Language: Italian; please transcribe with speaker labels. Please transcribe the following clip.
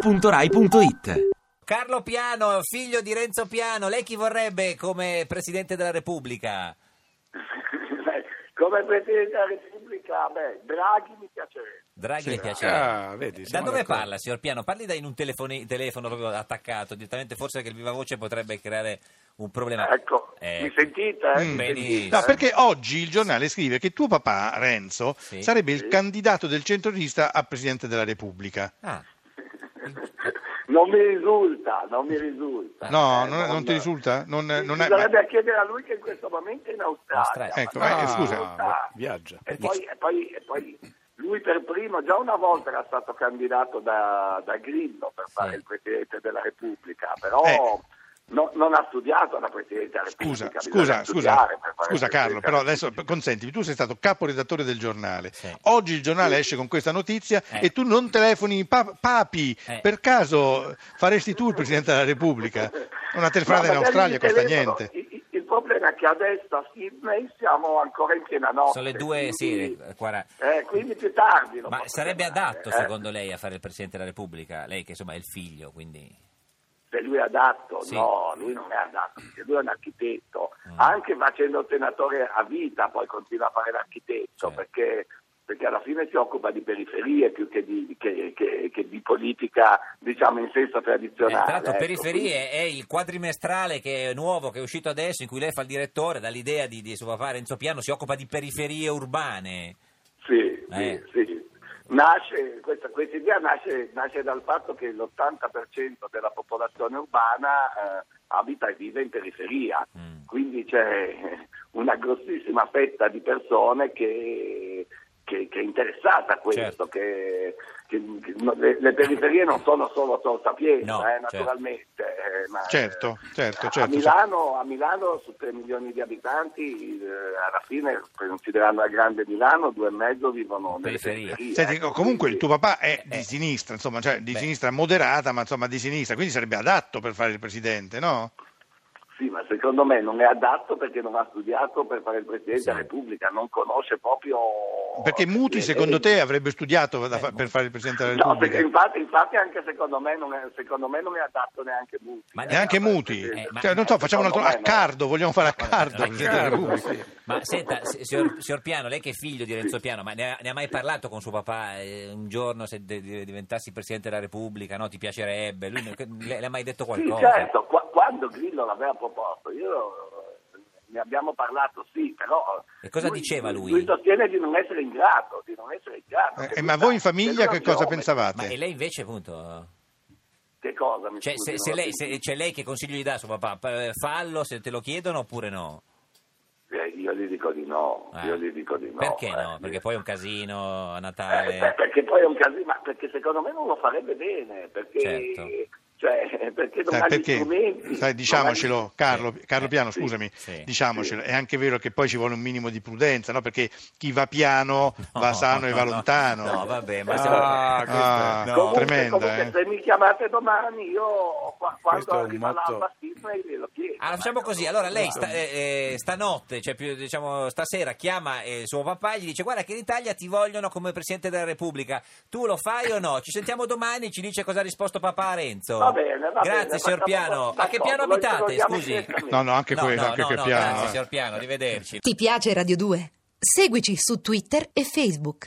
Speaker 1: radio2pod.rai.it
Speaker 2: Carlo Piano, figlio di Renzo Piano, lei chi vorrebbe come Presidente della Repubblica?
Speaker 3: Come Presidente della Repubblica, a me, Draghi mi piacerebbe.
Speaker 2: Draghi
Speaker 4: Sì.
Speaker 2: le piacerebbe.
Speaker 4: Ah, vedi,
Speaker 2: Cioè, da
Speaker 4: siamo
Speaker 2: dove
Speaker 4: d'accordo.
Speaker 2: parla, signor Piano? Parli da in un telefoni- telefono proprio attaccato, direttamente forse che il viva voce potrebbe creare un problema.
Speaker 3: Ecco,
Speaker 2: Eh,
Speaker 3: mi sentite?
Speaker 2: Mm.
Speaker 3: Mi
Speaker 2: Benissimo.
Speaker 3: sentite?
Speaker 4: No, perché oggi il giornale scrive che tuo papà, Renzo,
Speaker 2: Sì.
Speaker 4: sarebbe il candidato del centrodestra a Presidente della Repubblica.
Speaker 2: Ah,
Speaker 3: Non mi risulta, non mi risulta.
Speaker 4: No,
Speaker 3: Eh,
Speaker 4: non, non ti risulta? Non,
Speaker 3: Mi-
Speaker 4: non è-
Speaker 3: Bisognerebbe chiedere a lui che in questo momento è in Australia.
Speaker 2: Australia.
Speaker 3: ma
Speaker 4: Ecco,
Speaker 3: non
Speaker 4: eh,
Speaker 3: mi
Speaker 4: scusa.
Speaker 2: ah.
Speaker 3: risulta.
Speaker 4: viaggia.
Speaker 3: E poi, e poi- e poi lui per primo, già una volta era stato candidato da, da Grillo per fare il Presidente della Repubblica, però
Speaker 4: Eh.
Speaker 3: no- non ha studiato la Presidenza della
Speaker 4: Scusa,
Speaker 3: Repubblica.
Speaker 4: scusa,
Speaker 3: bisogna
Speaker 4: scusa,
Speaker 3: studiare Eh, per fare
Speaker 4: scusa
Speaker 3: il
Speaker 4: Carlo,
Speaker 3: Presidente
Speaker 4: però
Speaker 3: della
Speaker 4: adesso consentimi, tu sei stato caporedattore del giornale,
Speaker 2: Sì.
Speaker 4: oggi il giornale esce con questa notizia
Speaker 2: Eh.
Speaker 4: e tu non telefoni pa- Papi,
Speaker 2: Eh.
Speaker 4: per caso faresti tu il Presidente della Repubblica? Una telefonata
Speaker 3: No,
Speaker 4: in
Speaker 3: magari
Speaker 4: Australia
Speaker 3: il
Speaker 4: costa
Speaker 3: telefono-
Speaker 4: niente.
Speaker 3: i- i- Il, problema è che adesso a Sydney siamo ancora in piena notte.
Speaker 2: sono le due, sì,
Speaker 3: quindi,
Speaker 2: eh, guarda.
Speaker 3: eh, quindi più tardi. lo
Speaker 2: Ma
Speaker 3: posso
Speaker 2: sarebbe
Speaker 3: chiamare,
Speaker 2: adatto,
Speaker 3: eh.
Speaker 2: secondo lei, a fare il Presidente della Repubblica? Lei che insomma è il figlio, quindi...
Speaker 3: Se lui è adatto,
Speaker 2: Sì. Mm.
Speaker 3: no, lui non è adatto, perché lui è un architetto. Anche facendo il senatore a vita poi continua a fare l'architetto,
Speaker 2: Sì.
Speaker 3: perché, perché alla fine si occupa di periferie più che di, che- che- che di politica, diciamo, in senso
Speaker 2: Eh,
Speaker 3: tradizionale.
Speaker 2: tra l'altro,
Speaker 3: ecco, quindi-
Speaker 2: Periferie è il quadrimestrale che è nuovo, che è uscito adesso, in cui lei fa il direttore, dall'idea di, di suo papà Renzo Piano, si occupa di periferie urbane.
Speaker 3: Sì, sì,
Speaker 2: Eh.
Speaker 3: sì. Nasce, questa, questa idea nasce, nasce dal fatto che l'80% della popolazione urbana eh, abita e vive in periferia,
Speaker 2: Mm.
Speaker 3: quindi c'è una grossissima fetta di persone che, che- che è interessata a questo,
Speaker 2: Certo.
Speaker 3: che, che- che no- le, le periferie non sono solo Torta Piena,
Speaker 2: No,
Speaker 3: eh,
Speaker 2: certo.
Speaker 3: naturalmente. eh, ma,
Speaker 4: Certo,
Speaker 3: eh,
Speaker 4: certo,
Speaker 3: a
Speaker 4: certo,
Speaker 3: Milano- Milano- a Milano su 3 milioni di abitanti, eh, alla fine, considerando la grande Milano, due e mezzo vivono nelle
Speaker 2: Periferie.
Speaker 3: periferie.
Speaker 4: Senti,
Speaker 3: ecco,
Speaker 4: comunque il tuo
Speaker 3: quindi-
Speaker 4: papà è
Speaker 2: Eh.
Speaker 4: di sinistra, insomma, cioè di
Speaker 2: Beh.
Speaker 4: sinistra moderata, ma insomma di sinistra, quindi sarebbe adatto per fare il presidente, no?
Speaker 3: Sì, ma secondo me non è adatto perché non ha studiato per fare il Presidente
Speaker 2: Sì.
Speaker 3: della Repubblica, non conosce proprio... Oh,
Speaker 4: Perché Muti,
Speaker 3: le
Speaker 4: secondo
Speaker 3: leggi.
Speaker 4: te, avrebbe studiato da fa-
Speaker 2: Eh,
Speaker 4: per fare il presidente della
Speaker 3: eh, ecco. No, perché
Speaker 4: Repubblica?
Speaker 3: infatti, infatti anche secondo me, non è, secondo me non è adatto neanche Muti.
Speaker 2: Ma
Speaker 3: eh,
Speaker 4: Neanche
Speaker 3: a fare il
Speaker 4: Muti,
Speaker 3: Presidente.
Speaker 2: ma- eh,
Speaker 4: Cioè, non so, facciamo un altro
Speaker 3: Secondo me no.
Speaker 4: Accardo, vogliamo fare Accardo,
Speaker 2: Accardo,
Speaker 4: presidente della Repubblica.
Speaker 2: Ma senta, si- signor, signor Piano, lei che è figlio di Renzo Piano, ma ne ha, ne ha mai parlato con suo papà eh, un giorno se de- de- diventassi Presidente della Repubblica? No, ti piacerebbe? Lui, che- le, le ha mai detto
Speaker 3: Sì,
Speaker 2: qualcosa?
Speaker 3: certo, qua- quando Grillo l'aveva proposto, io eh, ne abbiamo parlato, sì, però...
Speaker 2: E cosa diceva lui?
Speaker 3: Lui sostiene di non essere in grado, di non essere in grado.
Speaker 4: Eh,
Speaker 3: Che
Speaker 4: ma
Speaker 3: lui
Speaker 4: voi in
Speaker 3: sa-
Speaker 4: famiglia
Speaker 3: lui
Speaker 4: che
Speaker 3: è un geometra.
Speaker 4: cosa
Speaker 2: Ma e
Speaker 4: pensavate? Cioè,
Speaker 2: lei invece, appunto...
Speaker 3: Che cosa, mi
Speaker 2: Cioè, se,
Speaker 3: scusi,
Speaker 2: se
Speaker 3: non ho
Speaker 2: lei, se-
Speaker 3: capito.
Speaker 2: c'è lei che consiglio gli dà a suo papà? Pa- Fallo se te lo chiedono oppure no?
Speaker 3: Eh, Io gli dico di no,
Speaker 2: Ah.
Speaker 3: io gli dico di no.
Speaker 2: Perché
Speaker 3: eh.
Speaker 2: no? Perché poi è un casino a
Speaker 3: Eh, beh,
Speaker 2: Natale.
Speaker 3: perché poi è un casino, ma perché secondo me non lo farebbe bene, perché...
Speaker 2: Certo.
Speaker 3: Cioè, perché non
Speaker 4: Sai
Speaker 3: ha gli
Speaker 4: perché?
Speaker 3: strumenti,
Speaker 4: Sai,
Speaker 3: non ha
Speaker 4: diciamocelo,
Speaker 3: gli-
Speaker 4: Carlo, Carlo
Speaker 2: eh,
Speaker 4: Piano,
Speaker 3: sì,
Speaker 4: scusami,
Speaker 2: sì,
Speaker 4: diciamocelo,
Speaker 3: sì.
Speaker 4: è anche vero che poi ci vuole un minimo di prudenza, no? Perché chi va piano
Speaker 2: No,
Speaker 4: va sano e va
Speaker 2: no,
Speaker 4: lontano.
Speaker 2: No, vabbè, Eh, ma siamo-
Speaker 5: Ah,
Speaker 4: Ah,
Speaker 5: questo è-
Speaker 2: no.
Speaker 3: Comunque,
Speaker 4: tremenda,
Speaker 3: comunque,
Speaker 4: eh.
Speaker 3: se mi chiamate domani, io qua-
Speaker 5: Questo
Speaker 3: quando
Speaker 5: è un
Speaker 3: arriva
Speaker 5: motto-
Speaker 3: l'alba Sydney glielo chiedo.
Speaker 2: Ah, facciamo così, allora lei sta- eh, eh, stanotte, cioè più, diciamo stasera, chiama eh, suo papà e gli dice guarda che in Italia ti vogliono come Presidente della Repubblica, tu lo fai o no? Ci sentiamo domani e ci dice cosa ha risposto papà a Renzo.
Speaker 3: Va bene, va
Speaker 2: Grazie
Speaker 3: bene,
Speaker 2: signor
Speaker 3: facciamo-
Speaker 2: Piano. A che piano
Speaker 3: d'accordo, lo
Speaker 2: abitate,
Speaker 3: interroghiamo
Speaker 2: scusi?
Speaker 3: direttamente.
Speaker 4: No, no, anche
Speaker 2: No,
Speaker 4: quello,
Speaker 2: no,
Speaker 4: anche
Speaker 2: no,
Speaker 4: che
Speaker 2: no,
Speaker 4: piano.
Speaker 2: Grazie
Speaker 4: eh.
Speaker 2: signor Piano, arrivederci.
Speaker 6: Ti piace Radio 2? Seguici su Twitter e Facebook.